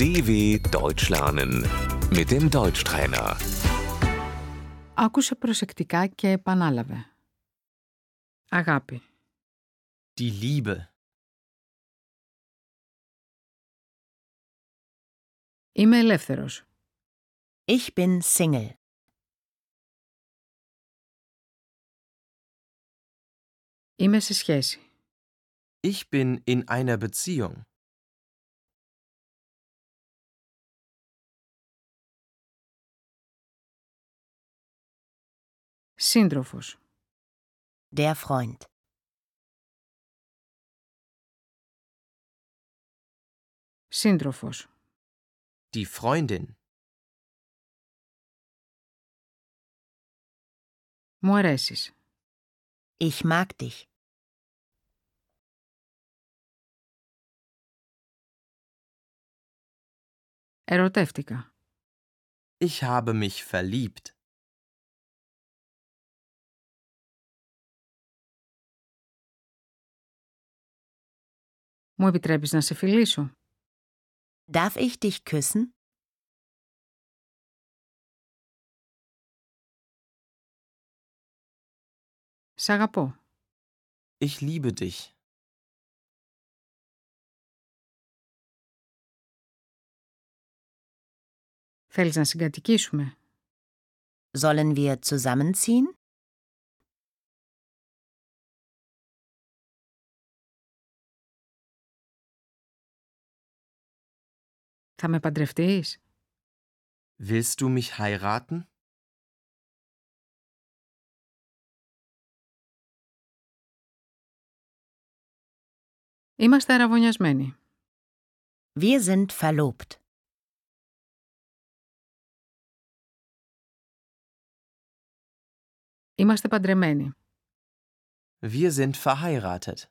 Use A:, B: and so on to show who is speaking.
A: DW Deutsch lernen mit dem Deutschtrainer.
B: Άκουσε προσεκτικά και επανάλαβε. Αγάπη.
C: Die Liebe.
B: Είμαι ελεύθερος.
D: Ich bin Single.
B: Είμαι σε σχέση.
C: Ich bin in einer Beziehung.
B: Σύντροφος.
D: Der Freund.
B: Σύντροφος.
C: Die Freundin.
B: Μου αρέσεις.
D: Ich mag dich.
B: Ερωτεύτηκα.
C: Ich habe mich verliebt.
B: Μου επιτρέπεις να σε φιλήσω.
D: Darf ich dich küssen?
B: Σ' αγαπώ.
C: Ich liebe dich.
B: Θέλεις να συγκατοικήσουμε.
D: Sollen wir zusammenziehen?
B: Θα με παντρευτείς.
C: Willst du mich heiraten?
B: Είμαστε αραβωνιασμένοι.
D: Wir sind verlobt.
B: Είμαστε παντρεμένοι.
C: Wir sind verheiratet.